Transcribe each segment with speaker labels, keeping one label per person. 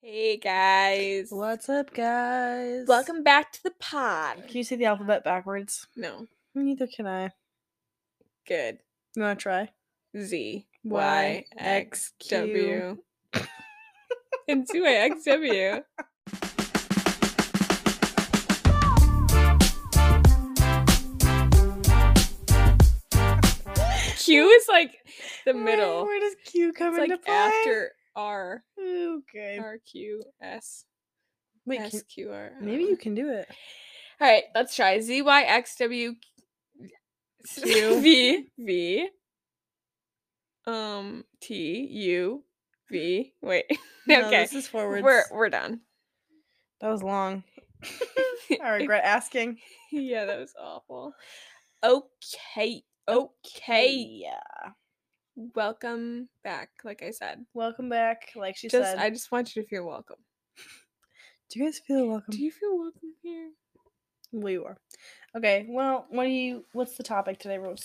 Speaker 1: Hey guys.
Speaker 2: What's up, guys?
Speaker 1: Welcome back to the pod.
Speaker 2: Can you see the alphabet backwards?
Speaker 1: No.
Speaker 2: Neither can I.
Speaker 1: Good.
Speaker 2: You want to try?
Speaker 1: Z
Speaker 2: Y,
Speaker 1: Y X W. And Z Y X W. Q is like the middle.
Speaker 2: Where does Q come
Speaker 1: It's
Speaker 2: into
Speaker 1: like
Speaker 2: play?
Speaker 1: after R.
Speaker 2: Okay.
Speaker 1: R Q S
Speaker 2: Wait,
Speaker 1: S
Speaker 2: can-
Speaker 1: Q R. I don't
Speaker 2: maybe
Speaker 1: know.
Speaker 2: you can do it.
Speaker 1: All right, let's try Z Y X W Q
Speaker 2: Q.
Speaker 1: V V um T U V. Wait,
Speaker 2: No,
Speaker 1: okay,
Speaker 2: This is forwards.
Speaker 1: we're we're done.
Speaker 2: That was long. I regret asking.
Speaker 1: yeah, that was awful. Okay, okay.
Speaker 2: Yeah.
Speaker 1: Welcome back. Like I said,
Speaker 2: Welcome back. Like she
Speaker 1: just
Speaker 2: said.
Speaker 1: I just want you to feel welcome.
Speaker 2: Do you guys feel welcome?
Speaker 1: Do you feel welcome here?
Speaker 2: We were. Okay. Well, what do you? What's the topic today, Rose?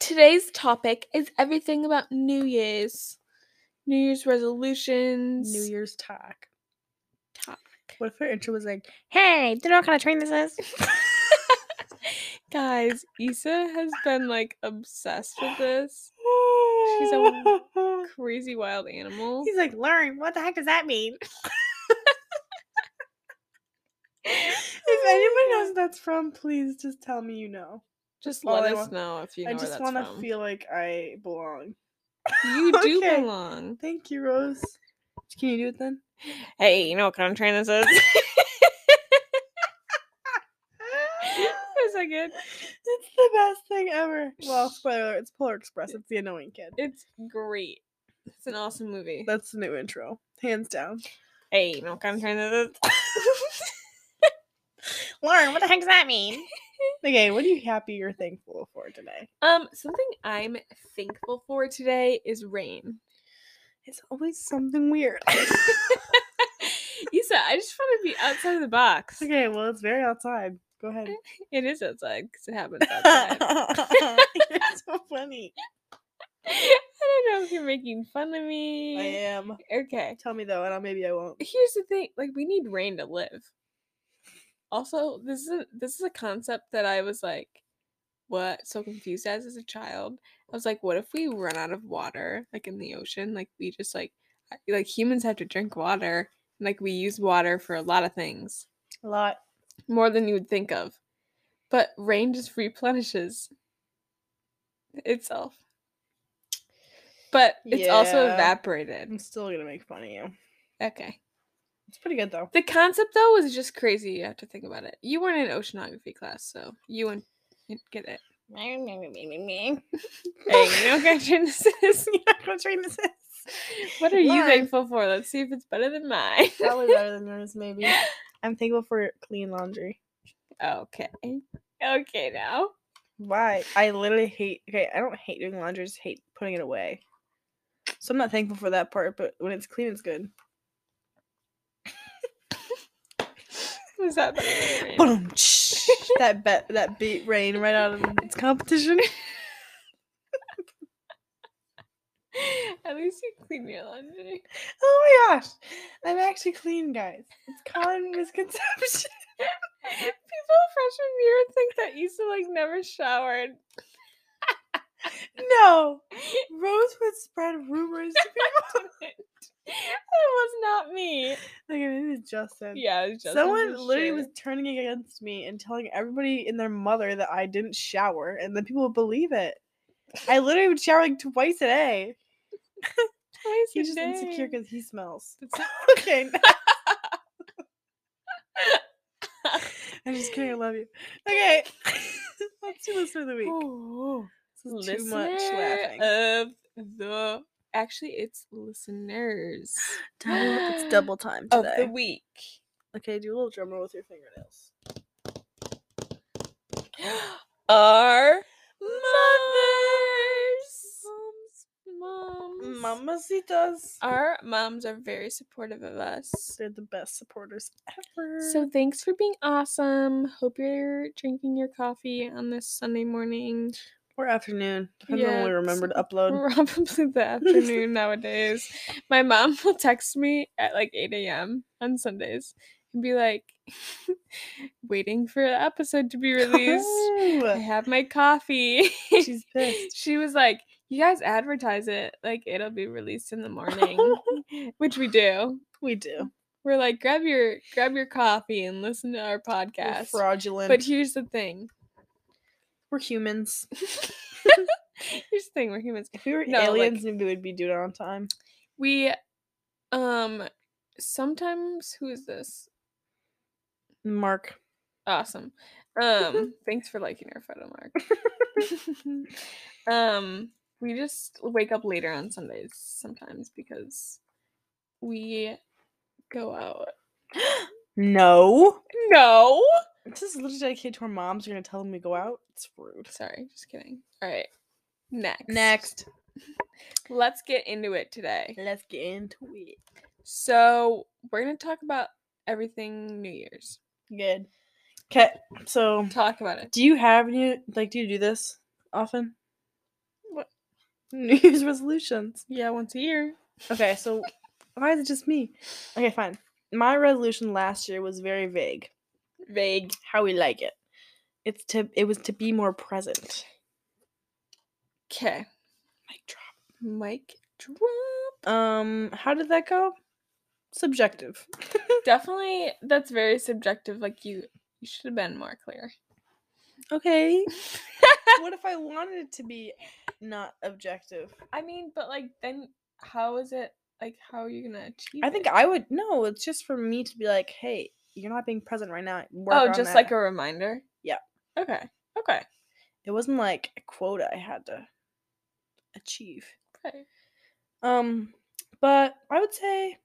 Speaker 1: Today's topic is everything about New Year's, New Year's resolutions.
Speaker 2: New Year's talk.
Speaker 1: topic.
Speaker 2: What if her intro was like, "Hey, do you know what kind of train this is?"
Speaker 1: Guys, Issa has been like obsessed with this a- crazy wild animal.
Speaker 2: He's like, learn. What the heck does that mean? if anyone
Speaker 1: Oh.
Speaker 2: knows that's from, please just tell me you know.
Speaker 1: Just
Speaker 2: all
Speaker 1: let
Speaker 2: I
Speaker 1: us
Speaker 2: want-
Speaker 1: know if you know
Speaker 2: I
Speaker 1: where
Speaker 2: just
Speaker 1: that's
Speaker 2: want to
Speaker 1: from.
Speaker 2: feel like I belong.
Speaker 1: you do
Speaker 2: Okay.
Speaker 1: belong.
Speaker 2: Thank you, Rose. Can you do it then?
Speaker 1: Hey, you know what kind of train this is? Is that good?
Speaker 2: It's the best thing ever. Well, spoiler, alert, it's Polar Express. It's the annoying kid.
Speaker 1: It's great. It's an awesome movie.
Speaker 2: That's the new intro, hands down.
Speaker 1: Hey, you know what kind of train this is?
Speaker 2: Lauren, what the heck does that mean? okay, what are you happy or thankful for today?
Speaker 1: um, something I'm thankful for today is rain.
Speaker 2: It's always something weird.
Speaker 1: Issa, I just want to be outside of the box.
Speaker 2: okay, well, it's very outside. Go ahead.
Speaker 1: It is outside because it happens outside.
Speaker 2: You're so funny.
Speaker 1: I don't know if you're making fun of
Speaker 2: I
Speaker 1: me.
Speaker 2: am.
Speaker 1: Okay.
Speaker 2: Tell me though, and I'll, maybe I won't.
Speaker 1: Here's the thing, like we need rain to live. Also, this is a, this is a concept that I was like what so confused as as a child. I was like what if we run out of water like in the ocean? Like we just like I- like humans have to drink water. And, like we use water for a lot of things,
Speaker 2: A lot.
Speaker 1: more than you would think of. But rain just replenishes itself. But it's also
Speaker 2: Yeah.
Speaker 1: evaporated.
Speaker 2: I'm still gonna make fun of you.
Speaker 1: Okay.
Speaker 2: It's pretty good though.
Speaker 1: The concept though was just crazy. You have to think about it. You weren't in oceanography class, so you wouldn't you'd get it.
Speaker 2: hey, you know
Speaker 1: Hey, you know what kind of train this is?
Speaker 2: what train this is?
Speaker 1: What are you
Speaker 2: Lauren.
Speaker 1: thankful for? Let's see if it's better than mine.
Speaker 2: Probably better than yours, maybe. I'm thankful for clean laundry.
Speaker 1: okay. Okay now.
Speaker 2: Why? I literally hate. Okay, I don't hate doing laundry. I just hate putting it away. So I'm not thankful for that part. But when it's clean, it's good.
Speaker 1: Was that better than mine?
Speaker 2: Boom! that bet that beat rain right out of its competition.
Speaker 1: At least you clean your laundry.
Speaker 2: Oh my gosh! I'm actually clean, guys. It's common misconception.
Speaker 1: People freshman year think that Issa like never showered.
Speaker 2: No, Rose would spread rumors to people.
Speaker 1: that was not me.
Speaker 2: like it is Justin.
Speaker 1: Yeah, it was just
Speaker 2: Someone literally was turning against me and telling everybody and their mother that I didn't shower, and then people would believe it. I literally would shower like twice a day.
Speaker 1: twice a
Speaker 2: He's just insecure
Speaker 1: day.
Speaker 2: because he smells.
Speaker 1: That's not-
Speaker 2: okay. no. I'm just kidding. I love you. Okay. Let's do listener of the week.
Speaker 1: Oh,
Speaker 2: This is too much
Speaker 1: listener
Speaker 2: laughing.
Speaker 1: Of the actually, it's listeners
Speaker 2: Double- it's double time
Speaker 1: of
Speaker 2: today.
Speaker 1: the week.
Speaker 2: Okay, do a little drum roll with your fingernails.
Speaker 1: Our mothers, moms, moms.
Speaker 2: Mamacitas.
Speaker 1: Our moms are very supportive of us.
Speaker 2: They're the best supporters ever.
Speaker 1: So thanks for being awesome. Hope you're drinking your coffee on this Sunday morning.
Speaker 2: or afternoon. Depends on when we
Speaker 1: Yeah,
Speaker 2: remember to
Speaker 1: so-
Speaker 2: upload.
Speaker 1: Probably the afternoon nowadays. My mom will text me at like 8 a.m. on Sundays and be like, waiting for the episode to be released. I
Speaker 2: Oh,
Speaker 1: have my coffee.
Speaker 2: She's pissed.
Speaker 1: she was like, you guys advertise it. Like, it'll be released in the morning, which we do.
Speaker 2: We do.
Speaker 1: We're like, grab your grab your coffee and listen to our
Speaker 2: We're
Speaker 1: podcast.
Speaker 2: fraudulent.
Speaker 1: But here's the thing.
Speaker 2: we're humans.
Speaker 1: Here's the thing, we're humans.
Speaker 2: If we were
Speaker 1: No, like-
Speaker 2: aliens, maybe we'd be doing it on time.
Speaker 1: We um sometimes who is this?
Speaker 2: Mark.
Speaker 1: Awesome. Um thanks for liking our photo mark. um we just wake up later on Sundays sometimes because we go out.
Speaker 2: No.
Speaker 1: No.
Speaker 2: This is literally dedicated to our moms. You're gonna tell them we go out. It's rude.
Speaker 1: Sorry, just kidding. All right. Next.
Speaker 2: Next,
Speaker 1: Let's get into it today.
Speaker 2: let's get into it.
Speaker 1: So, we're going to talk about everything New Year's.
Speaker 2: Good. Okay. So,
Speaker 1: Talk about it.
Speaker 2: do you have any like? Do you do this often?
Speaker 1: What?
Speaker 2: New Year's resolutions.
Speaker 1: Yeah, once a year.
Speaker 2: Okay. So, why is it just me? Okay, fine. My resolution last year was very vague.
Speaker 1: Vague.
Speaker 2: How we like it. It's to. It was to be more present.
Speaker 1: Okay.
Speaker 2: Mic drop.
Speaker 1: Mic drop.
Speaker 2: Um. How did that go? Subjective.
Speaker 1: Definitely, that's very subjective. Like you, you should have been more clear.
Speaker 2: Okay. what if I wanted it to be not objective?
Speaker 1: I mean, but like then, how is it? Like, how are you gonna achieve?
Speaker 2: I think
Speaker 1: it?
Speaker 2: I would. No, it's just for me to be like, hey, you're not being present right now. Work
Speaker 1: oh,
Speaker 2: on
Speaker 1: just like
Speaker 2: that."
Speaker 1: a reminder.
Speaker 2: Yeah.
Speaker 1: Okay. Okay.
Speaker 2: It wasn't like a quota I had to achieve.
Speaker 1: Right.
Speaker 2: Um, but I would say,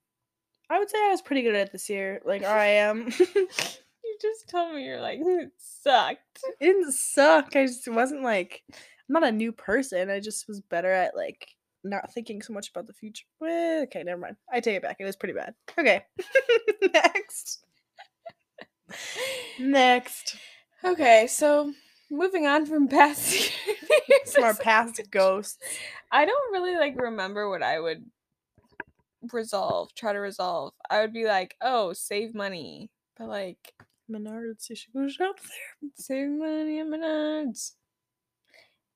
Speaker 2: I would say I was pretty good at this year. Like I am. it
Speaker 1: You just told me you're like it sucked.
Speaker 2: didn't suck. I just wasn't like. I'm not a new person. I just was better at like not thinking so much about the future. Eh, Okay, never mind. I take it back. It was pretty bad. Okay, next. Next.
Speaker 1: Okay, so moving on from past years.
Speaker 2: From our past ghosts.
Speaker 1: I don't really like remember what I would resolve, try to resolve. I would be like, oh, save money. But like
Speaker 2: Menards, you should go shop there.
Speaker 1: save money at Menards.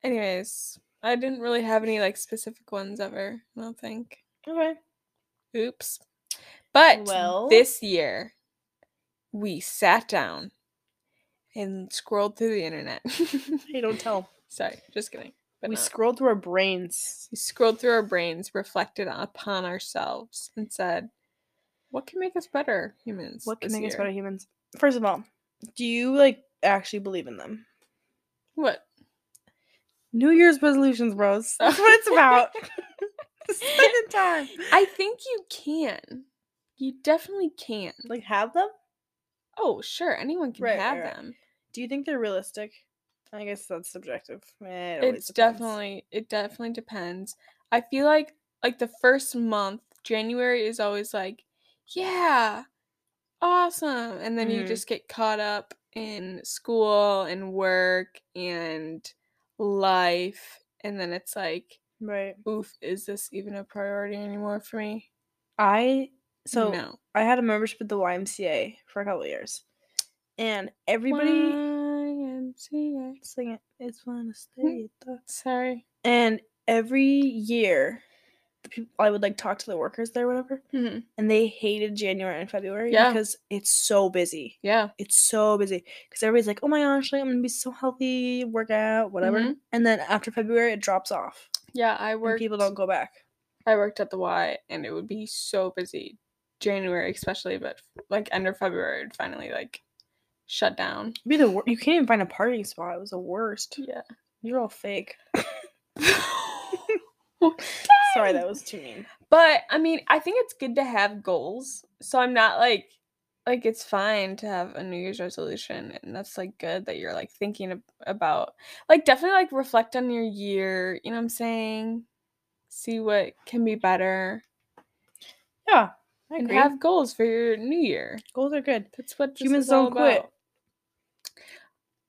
Speaker 1: Anyways, I didn't really have any like specific ones ever, I don't think.
Speaker 2: Okay.
Speaker 1: Oops. But
Speaker 2: Well-
Speaker 1: this year we sat down and scrolled through the internet.
Speaker 2: Hey, don't tell.
Speaker 1: Sorry, just kidding. But
Speaker 2: we
Speaker 1: not.
Speaker 2: scrolled through our brains.
Speaker 1: We scrolled through our brains, reflected upon ourselves, and said, "What can make us better humans?
Speaker 2: What can
Speaker 1: this
Speaker 2: make us
Speaker 1: year?"
Speaker 2: better humans? First of all, do you like actually believe in them?
Speaker 1: What?
Speaker 2: New Year's resolutions, bros. That's what it's about. Second time.
Speaker 1: I think you can. You definitely can.
Speaker 2: like have them?
Speaker 1: Oh, sure, anyone can
Speaker 2: Right, right,
Speaker 1: have
Speaker 2: right.
Speaker 1: them.
Speaker 2: Do you think they're realistic? I guess that's subjective. Eh, it always
Speaker 1: It's
Speaker 2: depends.
Speaker 1: definitely it definitely depends. I feel like like the first month, January is always like, yeah, awesome, and then you
Speaker 2: Mhm.
Speaker 1: just get caught up in school and work and life, and then it's like,
Speaker 2: right.
Speaker 1: oof, is this even a priority anymore for me?
Speaker 2: I so
Speaker 1: no,
Speaker 2: I had a membership at the YMCA for a couple years, and everybody
Speaker 1: YMCA.
Speaker 2: sing it. It's fun to
Speaker 1: Hmm?
Speaker 2: stay at the.
Speaker 1: Sorry.
Speaker 2: And every year, the people I would like talk to the workers there, or whatever,
Speaker 1: Mhm.
Speaker 2: and they hated January and February
Speaker 1: Yeah.
Speaker 2: because it's so busy.
Speaker 1: Yeah.
Speaker 2: It's so busy because everybody's like, "Oh my gosh, like, I'm gonna be so healthy, work out, whatever."
Speaker 1: Mhm.
Speaker 2: And then after February, it drops off.
Speaker 1: Yeah. I
Speaker 2: and
Speaker 1: worked.
Speaker 2: people don't go back.
Speaker 1: I worked at the Y and it would be so busy January especially, but like end of February it would finally like shut down.
Speaker 2: It'd Be the wor- you can't even find a partying spot. It was the worst.
Speaker 1: Yeah.
Speaker 2: You're all fake. Sorry,
Speaker 1: Sorry
Speaker 2: that was too mean.
Speaker 1: But I mean, I think it's good to have goals. So I'm not like like it's fine to have a New Year's resolution and that's like good that you're like thinking ab- about like definitely like reflect on your year, you know what I'm saying? See what can be better
Speaker 2: Yeah, I
Speaker 1: and
Speaker 2: agree.
Speaker 1: have goals for your new year.
Speaker 2: Goals are good.
Speaker 1: That's what this
Speaker 2: Humans
Speaker 1: is all
Speaker 2: don't quit.
Speaker 1: about.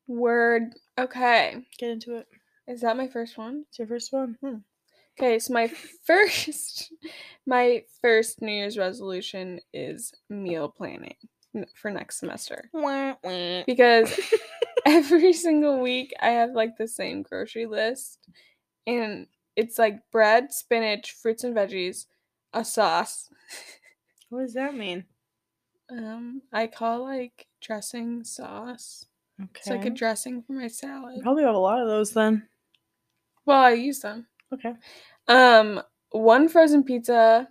Speaker 1: Word. Okay.
Speaker 2: Get into it.
Speaker 1: Is that my first one?
Speaker 2: It's your first one.
Speaker 1: Okay, so my first my first New Year's resolution is meal planning n- for next semester. Because every single week I have like the same grocery list and it's like bread, spinach, fruits and veggies, a sauce.
Speaker 2: What does that mean?
Speaker 1: Um I call like dressing sauce.
Speaker 2: Okay.
Speaker 1: It's like a dressing for my salad.
Speaker 2: probably have a lot of those then.
Speaker 1: Well, I use them.
Speaker 2: Okay.
Speaker 1: Um, one frozen pizza,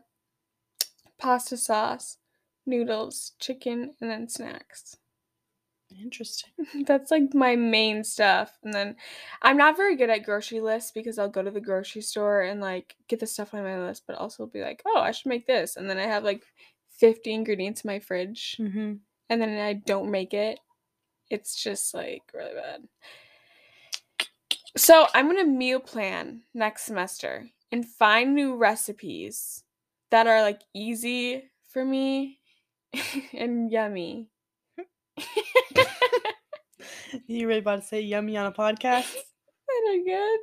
Speaker 1: pasta sauce, noodles, chicken, and then snacks.
Speaker 2: Interesting.
Speaker 1: That's like my main stuff. And then I'm not very good at grocery lists because I'll go to the grocery store and like get the stuff on my list, but also be like, oh, I should make this. And then I have like 50 ingredients in my fridge
Speaker 2: Mm-hmm.
Speaker 1: and then I don't make it. It's just like really bad. So I'm gonna meal plan next semester and find new recipes that are like easy for me and yummy.
Speaker 2: You really about to say yummy on a podcast?
Speaker 1: That are good.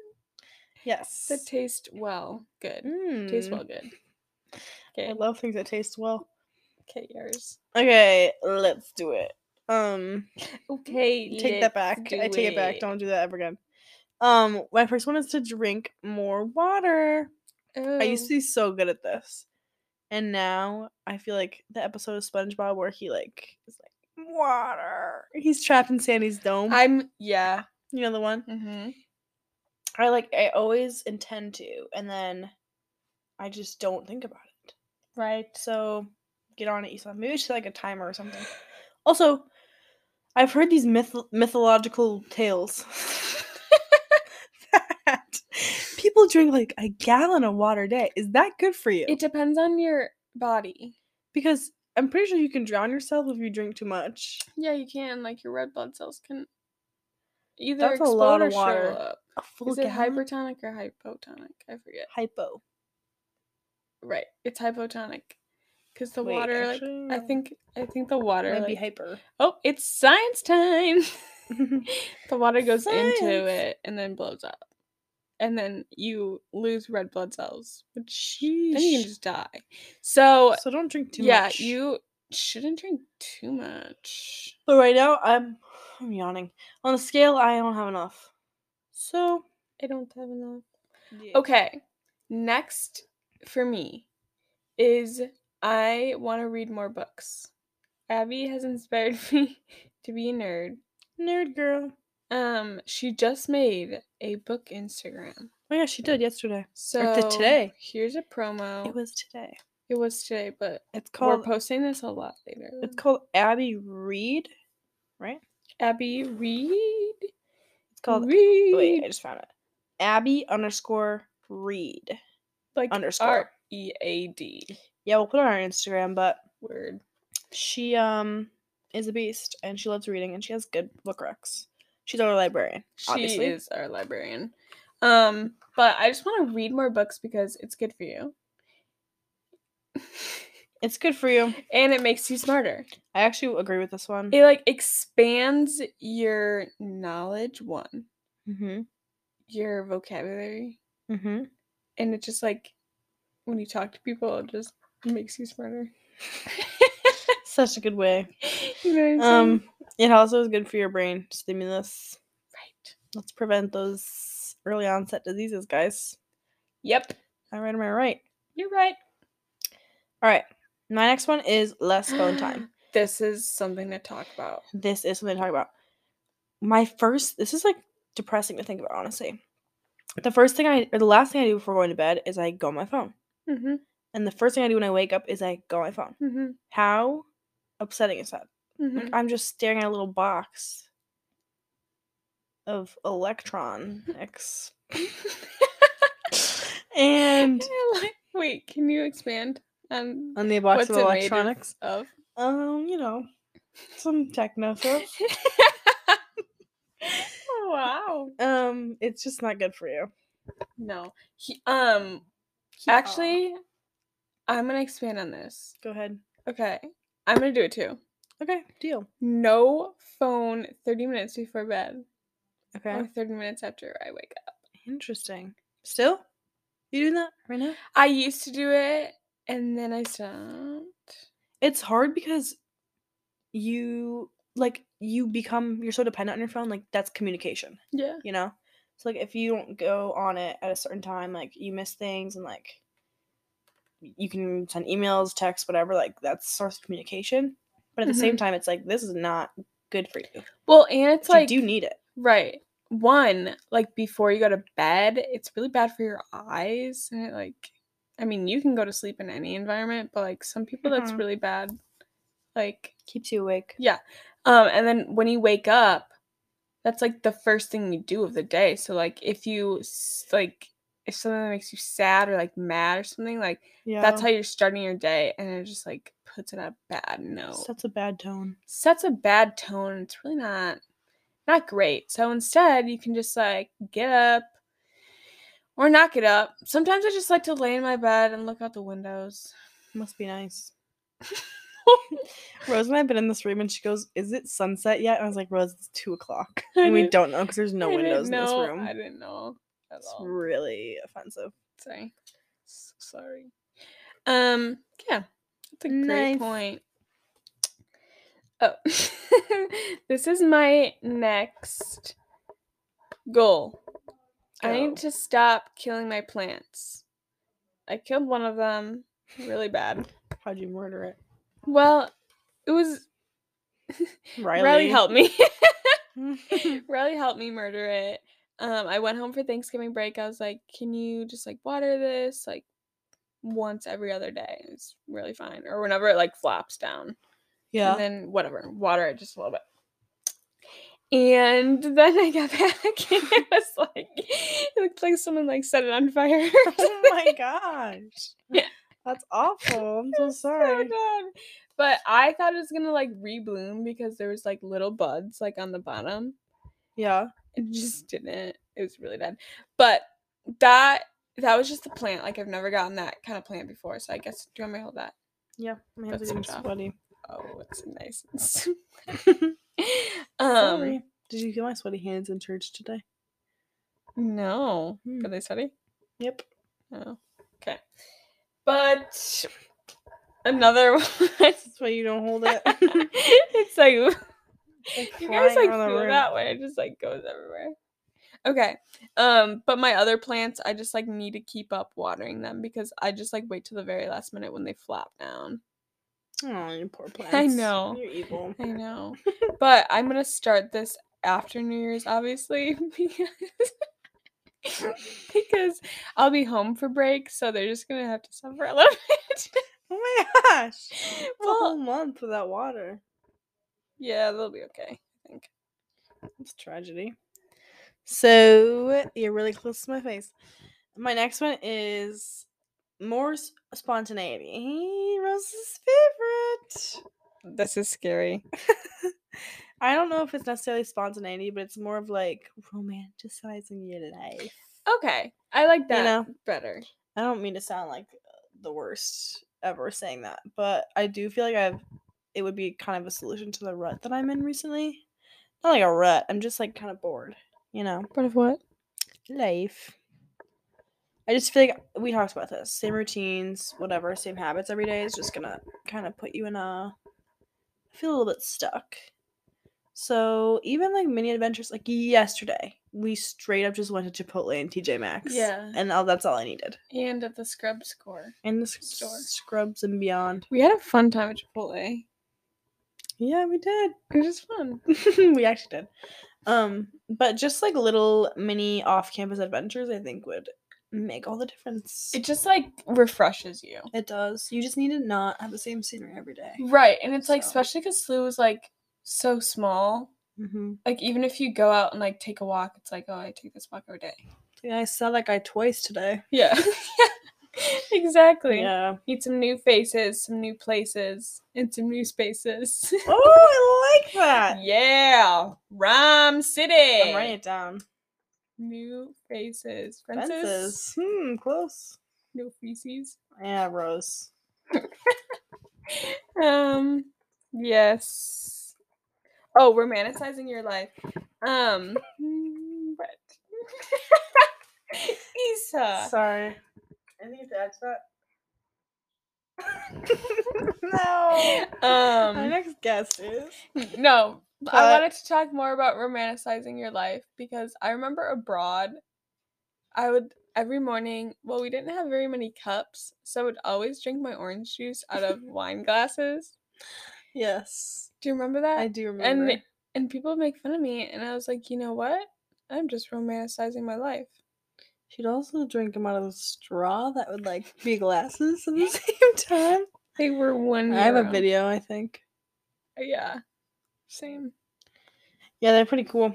Speaker 2: Yes.
Speaker 1: That taste well good. Taste
Speaker 2: Mm.
Speaker 1: well good.
Speaker 2: I
Speaker 1: Okay,
Speaker 2: love things that taste well.
Speaker 1: okay, yours.
Speaker 2: Okay, let's do it. Um,
Speaker 1: Okay,
Speaker 2: take that
Speaker 1: let's
Speaker 2: back. I
Speaker 1: do
Speaker 2: take it back.
Speaker 1: it.
Speaker 2: Don't do that ever again. Um, my first one is to drink more water. I used
Speaker 1: Oh.
Speaker 2: to be so good at this. And now I feel like the episode of SpongeBob where he like is like water. He's trapped in Sandy's dome.
Speaker 1: I'm yeah.
Speaker 2: you know the one?
Speaker 1: Mm-hmm.
Speaker 2: I like I always intend to and then I just don't think about it.
Speaker 1: Right.
Speaker 2: So get on it, Esau. Maybe it's just like a timer or something. Also, I've heard these myth- mythological tales that people drink like a gallon of water a day. Is that good for you?
Speaker 1: It depends on your body.
Speaker 2: because I'm pretty sure you can drown yourself if you drink too much.
Speaker 1: Yeah, you can. Like your red blood cells can either
Speaker 2: That's a
Speaker 1: explode
Speaker 2: lot
Speaker 1: or
Speaker 2: of water.
Speaker 1: shrivel up.
Speaker 2: A full
Speaker 1: Is it
Speaker 2: gallon?
Speaker 1: hypertonic or hypotonic? I forget.
Speaker 2: hypo?
Speaker 1: Right, it's hypotonic because the
Speaker 2: Wait,
Speaker 1: water.
Speaker 2: actually,
Speaker 1: like I
Speaker 2: no.
Speaker 1: think I think the water.
Speaker 2: Might be
Speaker 1: like-
Speaker 2: hyper.
Speaker 1: oh, it's science time. the water goes
Speaker 2: Science.
Speaker 1: into it and then blows up, and then you lose red blood cells, which then you
Speaker 2: Sheesh.
Speaker 1: can just die. So
Speaker 2: so don't drink too
Speaker 1: yeah,
Speaker 2: much.
Speaker 1: you shouldn't drink too much.
Speaker 2: But right now I'm I'm yawning. On a scale, I don't have enough. So
Speaker 1: I don't have enough.
Speaker 2: yeah.
Speaker 1: Okay. Next for me is I want to read more books. Abby has inspired me to be a nerd.
Speaker 2: nerd girl.
Speaker 1: Um, she just made a book Instagram.
Speaker 2: Oh yeah, she did yesterday.
Speaker 1: So
Speaker 2: the today.
Speaker 1: here's a promo.
Speaker 2: It was today.
Speaker 1: It was today, but
Speaker 2: It's called
Speaker 1: we're posting this a lot later.
Speaker 2: it's called Abby Reed, right?
Speaker 1: Abby Reed.
Speaker 2: It's called oh,
Speaker 1: Reed.
Speaker 2: wait, I just found it. Abby underscore Reed.
Speaker 1: like
Speaker 2: underscore.
Speaker 1: R E A D
Speaker 2: Yeah, we'll put it on our Instagram, but
Speaker 1: word.
Speaker 2: she um is a beast and she loves reading and she has good book recs. She's our librarian.
Speaker 1: She
Speaker 2: obviously.
Speaker 1: is our librarian. Um, but I just want to read more books because it's good for you.
Speaker 2: It's good for you.
Speaker 1: and it makes you smarter.
Speaker 2: I actually agree with this one.
Speaker 1: It like expands your knowledge one,
Speaker 2: Mm-hmm.
Speaker 1: your vocabulary,
Speaker 2: Mm-hmm.
Speaker 1: and it just like when you talk to people, it just makes you smarter.
Speaker 2: Such a good way.
Speaker 1: you know what I'm saying?
Speaker 2: Um, it also is good for your brain stimulus.
Speaker 1: right.
Speaker 2: Let's prevent those early onset diseases, guys.
Speaker 1: Yep.
Speaker 2: Am I right? Am I right?
Speaker 1: You're right.
Speaker 2: All right. My next one is less phone time.
Speaker 1: This is something to talk about.
Speaker 2: This is something to talk about. My first. This is like depressing to think about, honestly. The first thing I, or the last thing I do before going to bed is I go on my phone,
Speaker 1: Mm-hmm.
Speaker 2: and the first thing I do when I wake up is I go on my phone.
Speaker 1: Mm-hmm.
Speaker 2: How upsetting is that?
Speaker 1: Mm-hmm.
Speaker 2: Like I'm just staring at a little box of electron X. mm-hmm. and
Speaker 1: like, wait, can you expand on
Speaker 2: on the box
Speaker 1: What's
Speaker 2: of
Speaker 1: it made of?
Speaker 2: electronics.
Speaker 1: of?
Speaker 2: Um, you know, some techno stuff.
Speaker 1: Oh, wow.
Speaker 2: Um, it's just not good for you.
Speaker 1: No. He, um actually I'm going to expand on this.
Speaker 2: go ahead.
Speaker 1: Okay. I'm going to do it too.
Speaker 2: Okay, deal.
Speaker 1: No phone 30 minutes before bed
Speaker 2: Okay.
Speaker 1: or 30 minutes after I wake up.
Speaker 2: Interesting. Still? You doing that right now?
Speaker 1: I used to do it and then I stopped.
Speaker 2: It's hard because you like you become you're so dependent on your phone, like that's communication,
Speaker 1: Yeah.
Speaker 2: you know? So like if you don't go on it at a certain time, like you miss things and like you can send emails, text, whatever, like that's source of communication. But at the same time it's like this is not good for you.
Speaker 1: Well, and it's
Speaker 2: But
Speaker 1: like
Speaker 2: you do need it.
Speaker 1: right. One, like before you go to bed, it's really bad for your eyes and it like I mean, you can go to sleep in any environment, but like some people that's
Speaker 2: Mhm.
Speaker 1: really bad. Like
Speaker 2: Keeps you awake.
Speaker 1: Um, and then when you wake up, that's like the first thing you do of the day. So like if you s- like if something that makes you sad or like mad or something, like
Speaker 2: Yeah.
Speaker 1: that's how you're starting your day, and it just like puts it at a bad note.
Speaker 2: sets a bad tone.
Speaker 1: Sets a bad tone. and It's really not not great. So instead, you can just like get up or not get up. Sometimes I just like to lay in my bed and look out the windows.
Speaker 2: Must be nice. Rose and I have been in this room and she goes, Is it sunset yet? And I was like, Rose, it's two o'clock.
Speaker 1: I
Speaker 2: And we
Speaker 1: didn't-
Speaker 2: don't know because there's no
Speaker 1: I didn't
Speaker 2: windows in this
Speaker 1: know-
Speaker 2: room.
Speaker 1: I didn't know. at
Speaker 2: It's
Speaker 1: all.
Speaker 2: really offensive.
Speaker 1: Sorry. S- Sorry. Um, yeah. That's a great
Speaker 2: Nice.
Speaker 1: point. Oh. this is my next goal. I
Speaker 2: Go.
Speaker 1: need to stop killing my plants. I killed one of them really bad.
Speaker 2: How'd you murder it?
Speaker 1: Well, it was
Speaker 2: Riley.
Speaker 1: Riley, helped me.
Speaker 2: me.
Speaker 1: Riley helped me murder it. Um, I went home for Thanksgiving break. I was like, "Can you just like water this like once every other day? It's really fine, or whenever it like flops down."
Speaker 2: yeah.
Speaker 1: And then whatever, water it just a little bit. And then I got back and it was like it looked like someone like set it on fire. or
Speaker 2: oh
Speaker 1: something.
Speaker 2: my gosh.
Speaker 1: Yeah.
Speaker 2: That's awful. I'm
Speaker 1: It
Speaker 2: so
Speaker 1: was
Speaker 2: sorry.
Speaker 1: dumb. But I thought it was gonna like rebloom because there was like little buds like on the bottom.
Speaker 2: yeah.
Speaker 1: It just didn't. It was really bad. But that that was just the plant. Like I've never gotten that kind of plant before. So I guess do you want me to hold that?
Speaker 2: Yeah. My hands
Speaker 1: That's
Speaker 2: are getting
Speaker 1: tough.
Speaker 2: sweaty.
Speaker 1: Oh, it's nice. and sweet.
Speaker 2: sorry.
Speaker 1: um
Speaker 2: Did you feel my sweaty hands in church today?
Speaker 1: no.
Speaker 2: Hmm.
Speaker 1: Are they sweaty?
Speaker 2: Yep.
Speaker 1: Oh. Okay. But another one.
Speaker 2: That's why you don't hold it.
Speaker 1: it's like
Speaker 2: It's
Speaker 1: you guys like
Speaker 2: flying around the
Speaker 1: feel
Speaker 2: room.
Speaker 1: that way. It just like goes everywhere. Okay. Um, but my other plants, I just like need to keep up watering them because I just like wait till the very last minute when they flop down.
Speaker 2: Oh, you poor plants.
Speaker 1: know.
Speaker 2: You're evil.
Speaker 1: I know. but I'm gonna start this after New Year's, obviously, because because I'll be home for break, so they're just gonna have to suffer a little bit.
Speaker 2: Oh my gosh. It's a
Speaker 1: well,
Speaker 2: whole month without water.
Speaker 1: yeah, they'll be okay. I think.
Speaker 2: It's a tragedy. So you're really close to my face. My next one is more s- spontaneity. Rose's favorite.
Speaker 1: This is scary.
Speaker 2: I don't know if it's necessarily spontaneity, but it's more of like romanticizing your life.
Speaker 1: Okay, I like that
Speaker 2: know?
Speaker 1: better.
Speaker 2: I don't mean to sound like uh, the worst ever saying that, but I do feel like I've it would be kind of a solution to the rut that I'm in recently. Not like a rut. I'm just like kind of bored, you know.
Speaker 1: Part of what?
Speaker 2: life. I just feel like we talked about this. Same routines, whatever, same habits every day is just gonna kind of put you in a. I feel a little bit stuck. So even like mini adventures, like yesterday, we straight up just went to Chipotle and TJ Maxx.
Speaker 1: Yeah.
Speaker 2: and all, that's all I needed.
Speaker 1: And at the scrub score,
Speaker 2: And the
Speaker 1: Store.
Speaker 2: store. Scrubs and Beyond.
Speaker 1: we had a fun time at Chipotle.
Speaker 2: Yeah, we did.
Speaker 1: It was fun.
Speaker 2: we actually did. Um, but just like little mini off-campus adventures, I think would make all the difference.
Speaker 1: It just like refreshes you.
Speaker 2: It does. You just need to not have the same scenery every day.
Speaker 1: Right, and it's like
Speaker 2: So-
Speaker 1: especially because Slough was like so small.
Speaker 2: Mm-hmm.
Speaker 1: Like even if you go out and like take a walk, it's like oh I take this walk every day.
Speaker 2: Yeah, I saw that guy twice today.
Speaker 1: Yeah, exactly.
Speaker 2: Oh, Yeah.
Speaker 1: Meet some new faces, some new places, and some new spaces.
Speaker 2: Oh, I like that.
Speaker 1: yeah, Rhyme City.
Speaker 2: I'm writing it down.
Speaker 1: New faces, fences,
Speaker 2: Fences. Hmm, close.
Speaker 1: no feces.
Speaker 2: Yeah, Rose.
Speaker 1: Um, yes. Oh, romanticizing your life. Um, but Isa.
Speaker 2: Sorry. Anything to add to that? no. Our
Speaker 1: Um,
Speaker 2: next guest is.
Speaker 1: no, I
Speaker 2: But-
Speaker 1: wanted to talk more about romanticizing your life because I remember abroad, I would every morning. Well, we didn't have very many cups, so I would always drink my orange juice out of wine glasses.
Speaker 2: Yes.
Speaker 1: Do you remember that?
Speaker 2: I do
Speaker 1: and
Speaker 2: remember.
Speaker 1: and people would make fun of me, and I was like, you know what? I'm just romanticizing my life.
Speaker 2: She'd also drink them out of a straw that would like be glasses at the same time.
Speaker 1: They were one.
Speaker 2: I have a
Speaker 1: euro.
Speaker 2: video, I think.
Speaker 1: Yeah, same.
Speaker 2: Yeah, they're pretty cool.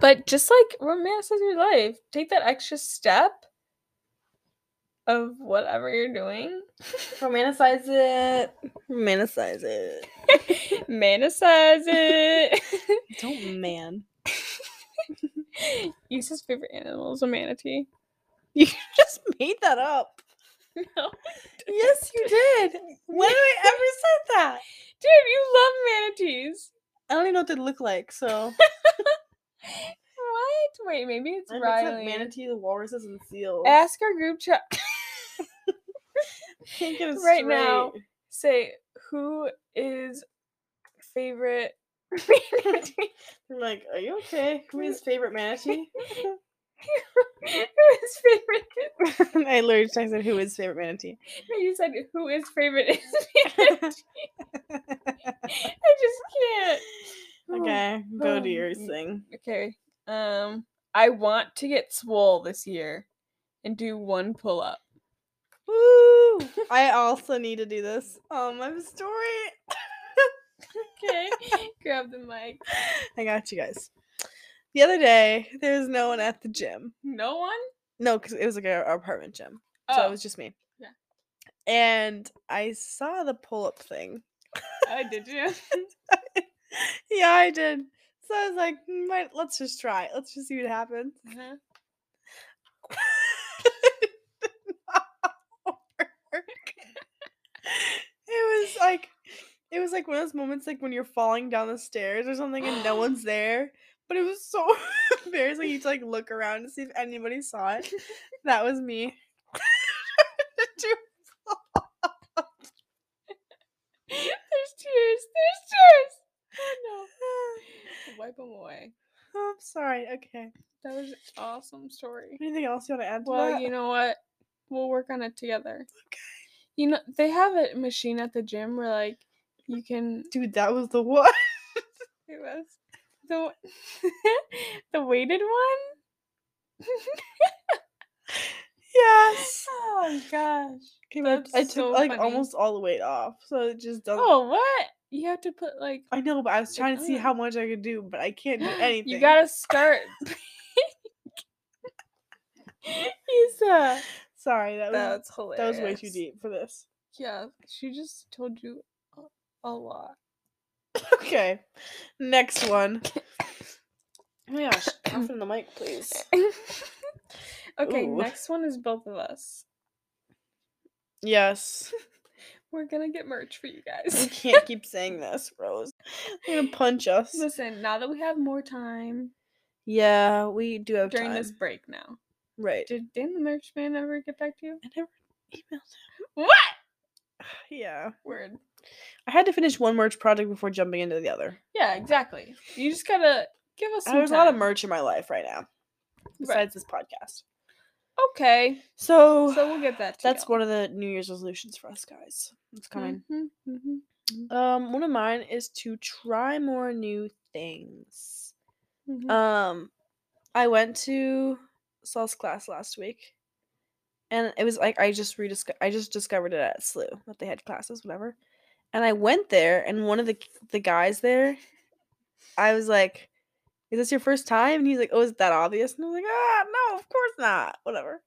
Speaker 1: But just like romanticize your life, take that extra step of whatever you're doing.
Speaker 2: Romanticize it. Romanticize it.
Speaker 1: Manicize it.
Speaker 2: Don't man.
Speaker 1: Isa's favorite animal is a manatee.
Speaker 2: You just made that up.
Speaker 1: No.
Speaker 2: Yes, you did. When have I ever said that?
Speaker 1: Dude, you love manatees.
Speaker 2: I don't even know what they look like, so
Speaker 1: What? Wait, maybe it's
Speaker 2: I mix up
Speaker 1: Riley.
Speaker 2: manatee, the walruses, and seals.
Speaker 1: Ask our group chat.
Speaker 2: Can't get it
Speaker 1: right now.
Speaker 2: straight.
Speaker 1: Say who is favorite manatee.
Speaker 2: I'm like, are you okay? Who is favorite manatee?
Speaker 1: who is favorite?
Speaker 2: I literally just texted who is favorite manatee.
Speaker 1: You said who is favorite is manatee. I just can't.
Speaker 2: Okay, go to your
Speaker 1: Mm.
Speaker 2: thing.
Speaker 1: Okay. Um, I want to get swole this year and do one pull up.
Speaker 2: Woo! I also need to do this. Um, I have a story.
Speaker 1: Okay. Grab the mic.
Speaker 2: I got you guys. The other day, there was no one at the gym.
Speaker 1: No one.
Speaker 2: No, because it was like our our apartment gym.
Speaker 1: Oh,
Speaker 2: So it was just me.
Speaker 1: Yeah.
Speaker 2: And I saw the pull up thing.
Speaker 1: oh, did you?
Speaker 2: yeah, I did. So I was like, "Mm, right, let's just try. it. Let's just see what happens.
Speaker 1: Uh-huh.
Speaker 2: it was like it was like one of those moments like when you're falling down the stairs or something and no one's there. But it was so embarrassing. You had to like look around to see if anybody saw it. That was me. Dude,
Speaker 1: There's tears. There's tears. Oh no. Wipe them away.
Speaker 2: I'm sorry. Okay.
Speaker 1: That was an awesome story.
Speaker 2: Anything else you want to add to
Speaker 1: Well,
Speaker 2: that?
Speaker 1: you know what? We'll work on it together. Okay. You know they have a machine at the gym where like you can
Speaker 2: Dude, that was the one.
Speaker 1: It was the the weighted one.
Speaker 2: yes.
Speaker 1: Oh gosh.
Speaker 2: Okay, but I-
Speaker 1: That's
Speaker 2: I took
Speaker 1: so
Speaker 2: like
Speaker 1: funny.
Speaker 2: almost all the weight off, so it just doesn't.
Speaker 1: Oh what? You have to put like
Speaker 2: I know, but I was
Speaker 1: Like,
Speaker 2: trying to see
Speaker 1: oh.
Speaker 2: how much I could do, but I can't do anything.
Speaker 1: You gotta start. Isa.
Speaker 2: Sorry, that was
Speaker 1: That's hilarious.
Speaker 2: that was way too deep for this.
Speaker 1: Yeah, she just told you a- a lot.
Speaker 2: Okay, next one. oh my gosh, off in the mic, please.
Speaker 1: okay,
Speaker 2: Ooh.
Speaker 1: next one is both of us.
Speaker 2: Yes,
Speaker 1: We're gonna get merch for you
Speaker 2: we
Speaker 1: guys.
Speaker 2: can't keep saying this, Rose. I'm gonna punch us.
Speaker 1: Listen, now that we have more time
Speaker 2: Yeah, we do have
Speaker 1: during
Speaker 2: time.
Speaker 1: this break now.
Speaker 2: right.
Speaker 1: Did Dan the merch man ever get back to you?
Speaker 2: I never emailed.
Speaker 1: What?
Speaker 2: Yeah,
Speaker 1: Word.
Speaker 2: I had to finish one merch project before jumping into the other.
Speaker 1: Yeah, exactly. You just gotta give us some
Speaker 2: There's a lot of
Speaker 1: time.
Speaker 2: merch in my life right now, besides this podcast.
Speaker 1: Okay,
Speaker 2: So,
Speaker 1: so we'll get that. To Mm-hmm.
Speaker 2: that's one of the New Year's resolutions for us guys. It's coming. Um, one of mine is to try more new things.
Speaker 1: mm-hmm.
Speaker 2: Um, I went to Saul's class last week, and it was like I just redisco- I just discovered it at SLU that they had classes, whatever. And I went there, and one of the the guys there, I was like, "Is this your first time?" And he's like, "Oh, is it that obvious?" And I was like, "Ah, no, of course not, whatever."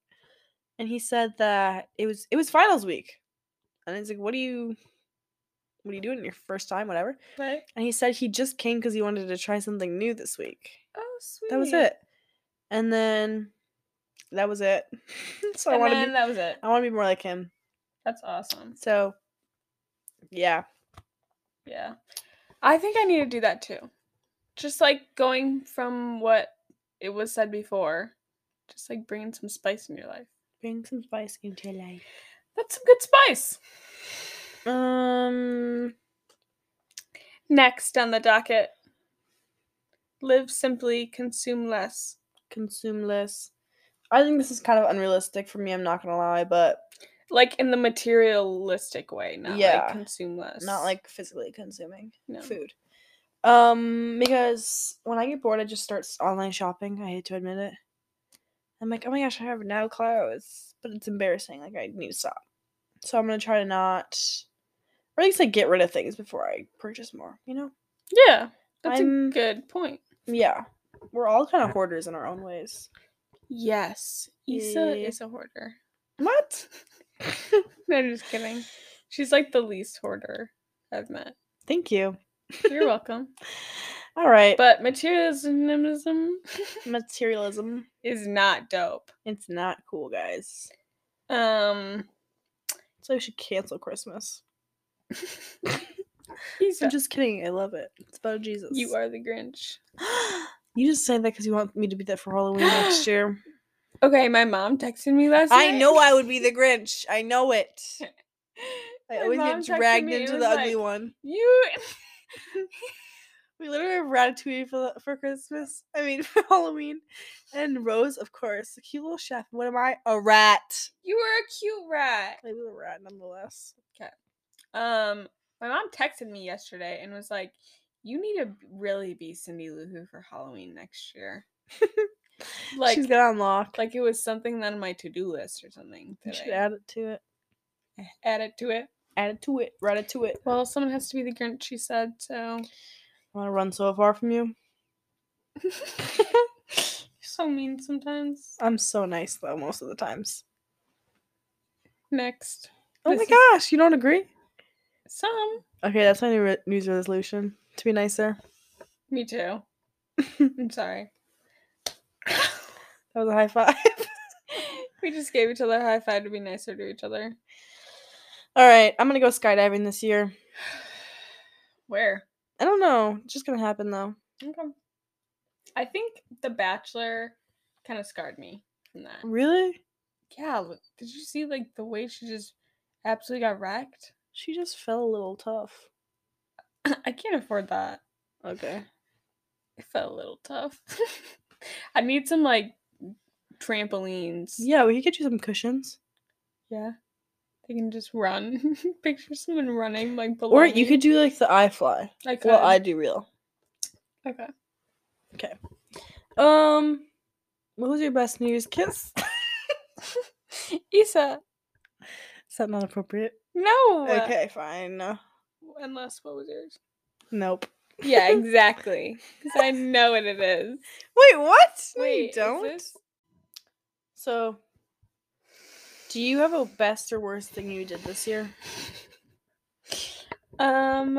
Speaker 2: And he said that it was it was finals week, and he's like, "What do you?" What are you doing your first time, whatever?
Speaker 1: right.
Speaker 2: And he said he just came because he wanted to try something new this week
Speaker 1: Oh, sweet.
Speaker 2: that was it. And then that was it. so I
Speaker 1: and
Speaker 2: want to
Speaker 1: then
Speaker 2: be
Speaker 1: that was it.
Speaker 2: I want to be more like him.
Speaker 1: That's awesome.
Speaker 2: So yeah.
Speaker 1: Yeah, I think I need to do that too. Just like going from what it was said before Just like bringing some spice in your life.
Speaker 2: Bring some spice into your life.
Speaker 1: That's some good spice.
Speaker 2: Um,
Speaker 1: Next on the docket live simply, consume less.
Speaker 2: consume less. I think this is kind of unrealistic for me. I'm not gonna lie, but
Speaker 1: Like in the materialistic way, not
Speaker 2: Yeah.
Speaker 1: like consume less.
Speaker 2: not like physically consuming
Speaker 1: No.
Speaker 2: food. Um, because when I get bored, I just start s- online shopping. I hate to admit it. I'm like, oh my gosh, I have no clothes, but it's embarrassing. Like I need to stop. So I'm gonna try to not, or at least like get rid of things before I purchase more. You know?
Speaker 1: Yeah. That's
Speaker 2: I'm-
Speaker 1: a good point.
Speaker 2: Yeah, we're all kind of hoarders in our own ways.
Speaker 1: Yes. Issa
Speaker 2: Yeah.
Speaker 1: is a hoarder.
Speaker 2: Eh. What?
Speaker 1: No, I'm just kidding. She's like the least hoarder I've met.
Speaker 2: Thank you.
Speaker 1: You're welcome.
Speaker 2: All right,
Speaker 1: But materialism
Speaker 2: materialism.
Speaker 1: is not dope.
Speaker 2: It's not cool, guys.
Speaker 1: Um,
Speaker 2: So we should cancel Christmas.
Speaker 1: Issa,
Speaker 2: I'm just kidding. I love it. It's about Jesus.
Speaker 1: you are the Grinch.
Speaker 2: you just say that because you want me to be that for Halloween next year.
Speaker 1: Okay, my mom texted me last
Speaker 2: I
Speaker 1: night.
Speaker 2: know I would be the Grinch. I know it. I
Speaker 1: My
Speaker 2: always
Speaker 1: mom
Speaker 2: get
Speaker 1: texted
Speaker 2: dragged
Speaker 1: me, it
Speaker 2: into the
Speaker 1: was
Speaker 2: ugly
Speaker 1: like,
Speaker 2: one.
Speaker 1: You
Speaker 2: We literally have ratatouille for, the- for Christmas. I mean, for Halloween. And Rose, of course, a cute little chef. What am I? A rat.
Speaker 1: you were a cute rat.
Speaker 2: I was a rat nonetheless.
Speaker 1: Um, my mom texted me yesterday and was like, "You need to b- really be Cindy Lou Who for Halloween next year." like,
Speaker 2: She's gonna unlock.
Speaker 1: like it was something on my to-do list or something.
Speaker 2: You
Speaker 1: That
Speaker 2: should
Speaker 1: I
Speaker 2: add it to it.
Speaker 1: add it to it.
Speaker 2: Add it to it. Add it to it.
Speaker 1: Well, someone has to be the Grinch, she said. So,
Speaker 2: I want to run so far from you.
Speaker 1: so mean sometimes.
Speaker 2: I'm so nice though most of the times.
Speaker 1: Next,
Speaker 2: Oh
Speaker 1: This
Speaker 2: my
Speaker 1: is-
Speaker 2: gosh, you don't agree?
Speaker 1: some.
Speaker 2: Okay, that's my new re- news resolution to be nicer.
Speaker 1: Me too. I'm sorry.
Speaker 2: That was a high five.
Speaker 1: we just gave each other a high five to be nicer to each other.
Speaker 2: All right, I'm gonna go skydiving this year.
Speaker 1: Where?
Speaker 2: I don't know, it's just gonna happen though.
Speaker 1: Okay. I think The Bachelor kind of scarred me from that.
Speaker 2: Really?
Speaker 1: Yeah, look, did you see like the way she just absolutely got wrecked?
Speaker 2: She just fell a little tough.
Speaker 1: I can't afford that.
Speaker 2: Okay.
Speaker 1: It felt a little tough. I need some like trampolines.
Speaker 2: Yeah, we could get you some cushions,
Speaker 1: Yeah. They can just run. Picture someone running like below.
Speaker 2: or you
Speaker 1: me.
Speaker 2: could do like the I fly.
Speaker 1: I could.
Speaker 2: Well, I do real.
Speaker 1: Okay.
Speaker 2: Um, what was your best New Year's kiss?
Speaker 1: Issa.
Speaker 2: Is that not appropriate?
Speaker 1: No.
Speaker 2: Okay, fine.
Speaker 1: Unless what was yours?
Speaker 2: Nope.
Speaker 1: Yeah, exactly. Because I know what it is.
Speaker 2: Wait, what? No,
Speaker 1: Wait,
Speaker 2: you
Speaker 1: is
Speaker 2: don't.
Speaker 1: this-
Speaker 2: So, do you have a best or worst thing you did this year?
Speaker 1: Um,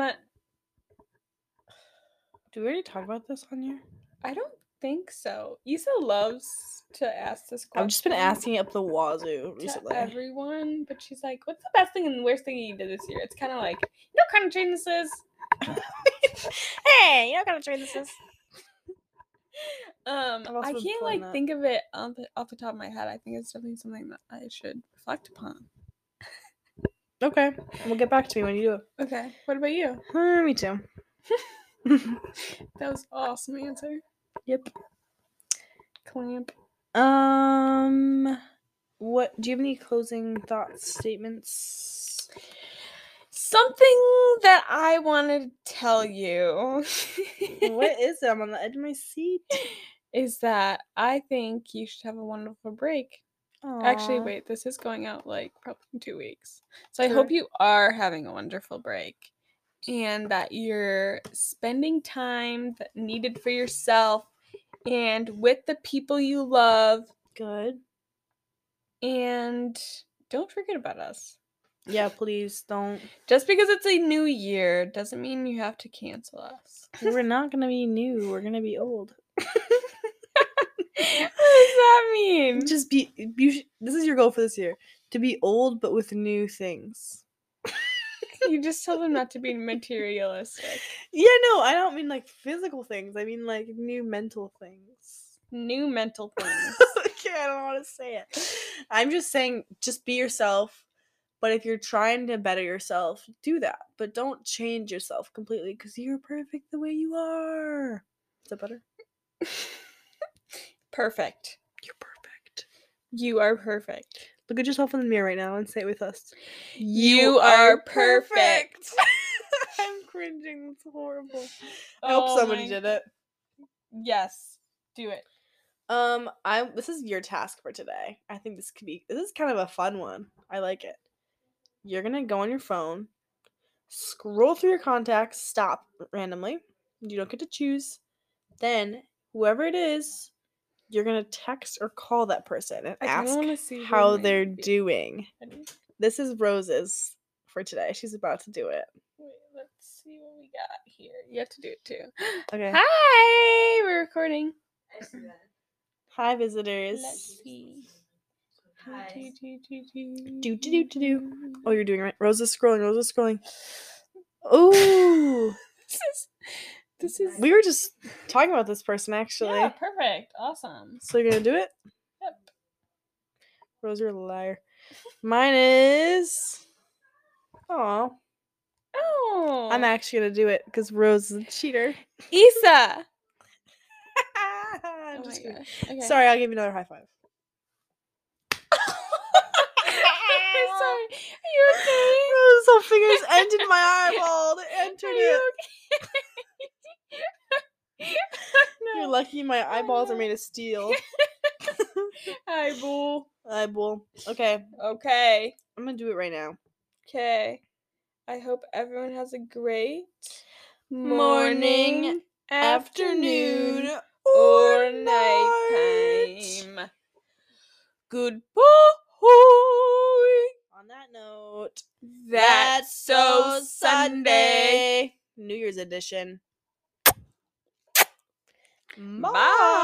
Speaker 2: Do we already talk about this on here?
Speaker 1: I don't think so. Issa loves to ask this question.
Speaker 2: I've just been asking it up the wazoo
Speaker 1: to
Speaker 2: recently.
Speaker 1: everyone, but she's like, "What's the best thing and the worst thing you did this year?" It's kind of like, "You know, what kind of chain this is."
Speaker 2: hey, you're not gonna train this. is-
Speaker 1: Um,
Speaker 2: I've also
Speaker 1: I
Speaker 2: been
Speaker 1: can't
Speaker 2: pulling
Speaker 1: like
Speaker 2: that.
Speaker 1: think of it off the, off the top of my head. I think it's definitely something that I should reflect upon.
Speaker 2: Okay, we'll get back to me when you do it.
Speaker 1: Okay, what about you?
Speaker 2: Hmm, me too.
Speaker 1: That was awesome answer.
Speaker 2: yep.
Speaker 1: Clamp.
Speaker 2: Um, what? Do you have any closing thoughts, statements?
Speaker 1: Something that I wanted to tell you
Speaker 2: what is it? I'm on the edge of my seat.
Speaker 1: is that I think you should have a wonderful break. Actually,
Speaker 2: Aw.
Speaker 1: wait, this is going out like probably in two weeks. So I hope
Speaker 2: Okay.
Speaker 1: you are having a wonderful break and that you're spending time that needed for yourself and with the people you love.
Speaker 2: Good.
Speaker 1: And don't forget about us.
Speaker 2: Yeah, please don't.
Speaker 1: Just because it's a new year doesn't mean you have to cancel us.
Speaker 2: We're not gonna be new. We're gonna be old.
Speaker 1: what does that mean?
Speaker 2: just be you sh- this is your goal for this year to be old but with new things
Speaker 1: you just tell them not to be materialistic.
Speaker 2: yeah no i don't mean like physical things i mean like new mental things
Speaker 1: New mental things.
Speaker 2: care. I don't want to say it. I'm just saying, just be yourself. But if you're trying to better yourself, do that. But don't change yourself completely because you're perfect the way you are. Is that better?
Speaker 1: Perfect.
Speaker 2: You're perfect.
Speaker 1: You are perfect.
Speaker 2: Look at yourself in the mirror right now and say it with us.
Speaker 1: You, are, perfect.
Speaker 2: I'm cringing. It's horrible. I
Speaker 1: Oh
Speaker 2: hope somebody
Speaker 1: my-
Speaker 2: did it.
Speaker 1: Yes. Do it.
Speaker 2: Um, I this is your task for today. I think this could be this is kind of a fun one. I like it. You're gonna go on your phone, scroll through your contacts, stop randomly. You don't get to choose. Then whoever it is, you're gonna text or call that person and ask
Speaker 1: want to see
Speaker 2: how they're doing.
Speaker 1: doing.
Speaker 2: This is Rose's for today. She's about to do it.
Speaker 1: Wait, let's see what we got here. You have to do it too.
Speaker 2: Okay. Hi,
Speaker 1: Hi, we're recording.
Speaker 2: visitors.
Speaker 1: Let's see.
Speaker 3: Hi.
Speaker 2: Do do do do do. Oh, you're doing it right. Rose is scrolling. Rose is scrolling. Ooh.
Speaker 1: This is this is
Speaker 2: We were just talking about this person actually.
Speaker 1: Yeah, perfect. Awesome.
Speaker 2: So you're gonna do it?
Speaker 1: Yep.
Speaker 2: Rose, you're a liar. Mine is. Oh,
Speaker 1: Oh,
Speaker 2: I'm actually gonna do it because Rose is a cheater.
Speaker 1: Issa.
Speaker 2: I'm
Speaker 1: Oh
Speaker 2: just
Speaker 1: my
Speaker 2: kidding.
Speaker 1: gosh. Okay.
Speaker 2: Sorry, I'll give you another high five.
Speaker 1: Sorry. Are you okay?
Speaker 2: Rose's fingers ended my eyeball. It entered
Speaker 1: Are
Speaker 2: it.
Speaker 1: you okay?
Speaker 2: You're lucky my eyeballs are made of steel.
Speaker 1: Hi, boo.
Speaker 2: Eyeball. Okay,
Speaker 1: Okay.
Speaker 2: I'm gonna do it right now.
Speaker 1: Okay. I hope everyone has a great
Speaker 2: Morning, Afternoon
Speaker 1: or nighttime. Good boy.
Speaker 2: On that note,
Speaker 1: That's so Sunday.
Speaker 2: New Year's edition.
Speaker 1: Bye.